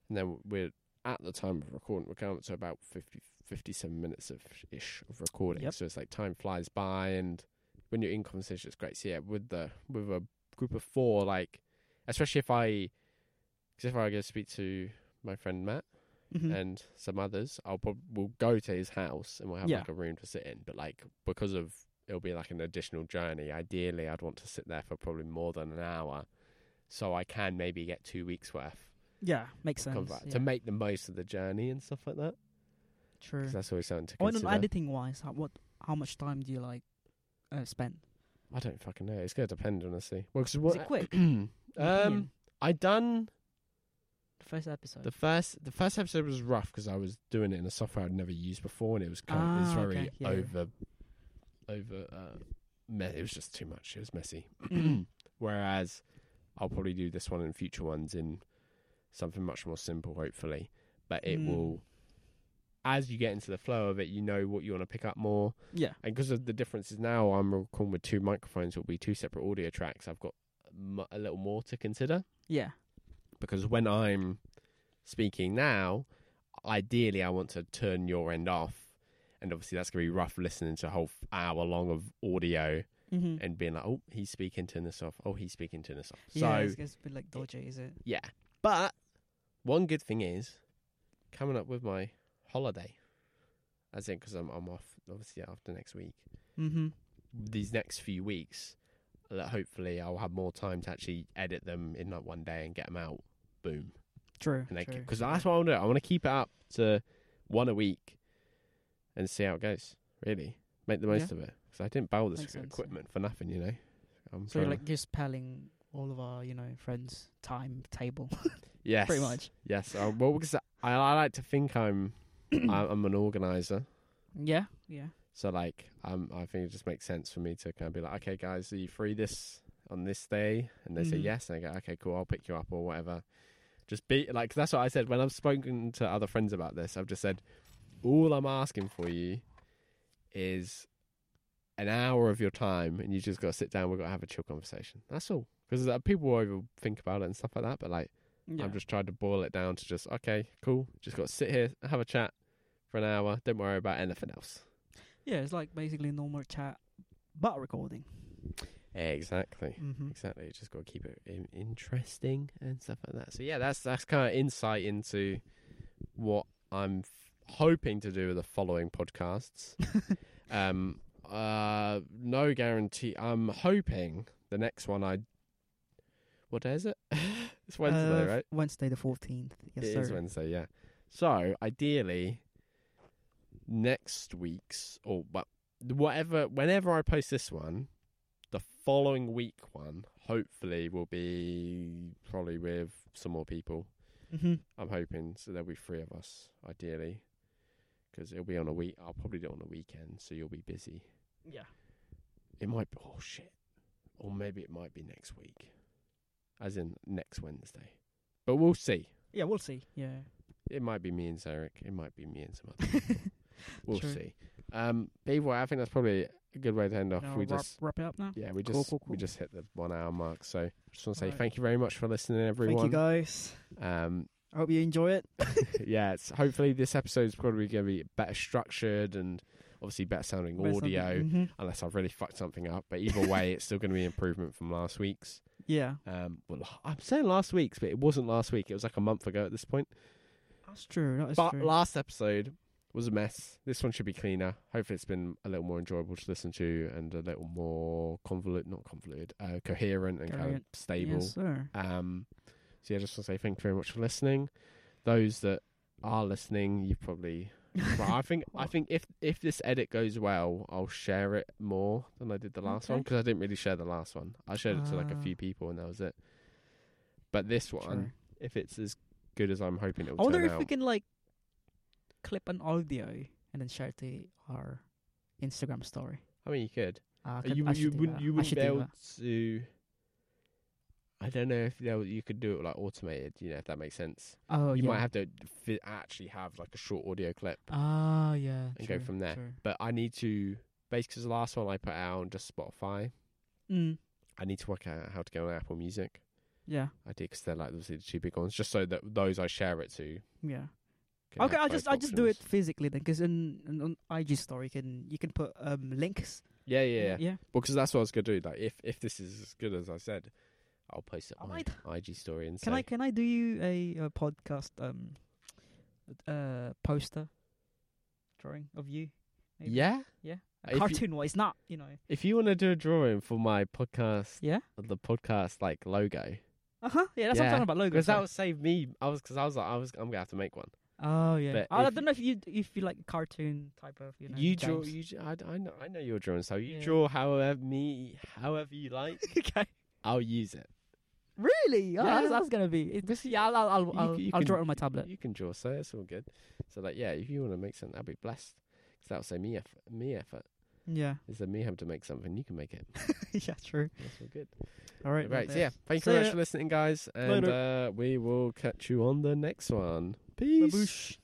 and then we're at the time of recording. We're coming up to about 50, 57 minutes of ish of recording. Yep. So it's like time flies by, and when you're in conversation, it's great. So yeah, with the with a group of four, like especially if I, cause if I go speak to my friend Matt Mhm. and some others, I'll prob- we'll go to his house and we'll have Yeah. like a room to sit in. But like because of it'll be like an additional journey. Ideally, I'd want to sit there for probably more than an hour, so I can maybe get two weeks worth yeah, makes of sense. convo- Yeah. to make the most of the journey and stuff like that. True. Because that's always something to I wonder, consider. I, editing wise, how, what, how much time do you like uh, spend? don't fucking know. It's gonna depend, honestly. Well, 'cause Was what it quick? Your um, opinion? I done the first episode. the first. The first episode was rough because I was doing it in a software I'd never used before, and it was kind of, it was Ah, very okay. Yeah, yeah. over, over. Uh, me- it was just too much. It was messy. Mm. Whereas I'll probably do this one and future ones in something much more simple, hopefully. But it Mm. will, as you get into the flow of it, you know what you want to pick up more. yeah, And because of the differences now, I'm recording with two microphones, it'll be two separate audio tracks. I've got mu- a little more to consider yeah, because when I'm speaking now, ideally I want to turn your end off. And obviously, that's going to be rough listening to a whole f- hour long of audio mm-hmm. and being like, oh, he's speaking, turn this off. Oh, he's speaking, turn this off. yeah. So, It's, it's a bit like dodgy, is it? yeah. But one good thing is coming up with my holiday, as in, because I'm, I'm off obviously after next week Mm-hmm. these next few weeks that hopefully I'll have more time to actually edit them in like one day and get them out. Boom. True. And true, because true. that's what I want to do. I want to keep it up to one a week and see how it goes. Really, make the most Yeah. of it. Because I didn't buy all this Makes sense, yeah. equipment for nothing, you know. I'm So you're trying like to- just pelling all of our, you know, friends' timetable, yes, pretty much. Yes. Uh, well, because I, I like to think I'm I- I'm an organizer. Yeah, yeah. So like, um, I think it just makes sense for me to kind of be like, okay, guys, are you free this on this day? And they say Mhm. yes, and I go, okay, cool, I'll pick you up or whatever. Just be like, that's what I said when I've spoken to other friends about this. I've just said, all I'm asking for you is an hour of your time, and you just got to sit down. We've got to have a chill conversation. That's all. Because uh, people overthink about it and stuff like that, but like. yeah. I've just tried to boil it down to just okay, cool. Just got to sit here, have a chat for an hour. Don't worry about anything else. yeah, it's like basically normal chat, but recording. Exactly. Mm-hmm. Exactly. Just got to keep it in- interesting and stuff like that. So yeah, that's that's kind of insight into what I'm f- hoping to do with the following podcasts. um, uh, no guarantee. I'm hoping the next one I. What day is it? it's Wednesday, Uh, right? Wednesday the fourteenth. It Yes, is sir. Wednesday, yeah. So ideally, next week's or but whatever, whenever I post this one, the following week one hopefully will be probably with some more people. Mm-hmm. I'm hoping so there'll be three of us ideally, because it'll be on a week. I'll probably do it on a weekend, so you'll be busy. Yeah. It might be oh shit, or maybe it might be next week, as in next Wednesday. But we'll see. Yeah, we'll see. Yeah. It might be me and Zarek. It might be me and some other. people. we'll True. see. Um, but either way, I think that's probably a good way to end off. Now we wrap, just wrap it up now. yeah, we just Cool, cool, we cool. just hit the one hour mark. So I just want to say Alright. thank you very much for listening, everyone. Thank you guys. Um, I hope you enjoy it. yeah, it's, hopefully this episode's probably going to be better structured and obviously better sounding audio. hmm Unless I've really fucked something up, but either way, it's still going to be improvement from last week's. Yeah, Um, well, I'm saying last week's, but it wasn't last week. It was like a month ago at this point. that's true. That is but true. last episode was a mess. This one should be cleaner. Hopefully, it's been a little more enjoyable to listen to and a little more convoluted, not convoluted, uh, coherent and kind of Coherent. stable. Yes, sir. Um, so yeah, just want to say thank you very much for listening. Those that are listening, you probably. well, I think I think if if this edit goes well, I'll share it more than I did the last one 'cause one Okay. because I didn't really share the last one. I shared it to like a Ah. few people and that was it. But this one, True. if it's as good as I'm hoping it I will wonder turn if out, we can like clip an audio and then share it to our Instagram story. I mean, you could. Uh, I Uh, could- you I you should do wouldn't that. you I wouldn't should be do able that. to. I don't know if they'll- you could do it like automated. You know if that makes sense. Oh, you yeah. might have to fi- actually have like a short audio clip. Ah, yeah. and go true, from there. true. But I need to basically 'cause the last one I put out on just Spotify. Mm, I need to work out how to go on Apple Music. yeah, I did because they're like obviously the two big ones. Just so that those I share it to. yeah. can have Okay, I'll both just I'll just do it options. physically then, because in, in on IG story can you can put um links. Yeah, yeah, yeah. yeah. Well, 'cause that's what I was gonna do. Like if if this is as good as I said, I'll post it I on might- my IG story and Can say, I can I do you a, a podcast um uh poster drawing of you? maybe? yeah, Yeah. Uh, If you- A cartoon one. It's not you know. If you want to do a drawing for my podcast, Yeah. the podcast like logo, Uh huh. Yeah, that's what Yeah, I'm talking about. Logo. because that would save me. I was because I was like, I was, I'm gonna have to make one. Oh yeah. But I, I if- don't know if you if you like cartoon type of you know. You draw, games. you, j- I, I know, I know your drawing style. You Yeah. draw however me, however you like. okay. I'll use it. Really? Oh, Yeah. that's, that's gonna be. It's, yeah, I'll I'll I'll, you I'll, c- you I'll draw can- it on my tablet. You can draw, so it's all good. So like, yeah, if you want to make something, I'll be blessed. Because that'll save me effort. Me effort. Yeah. Instead of me having to make something, you can make it. yeah. True. That's all good. All right. Right, well, so yeah, thank you See very much ya. for listening, guys, and uh, we will catch you on the next one. Peace. Baboosh.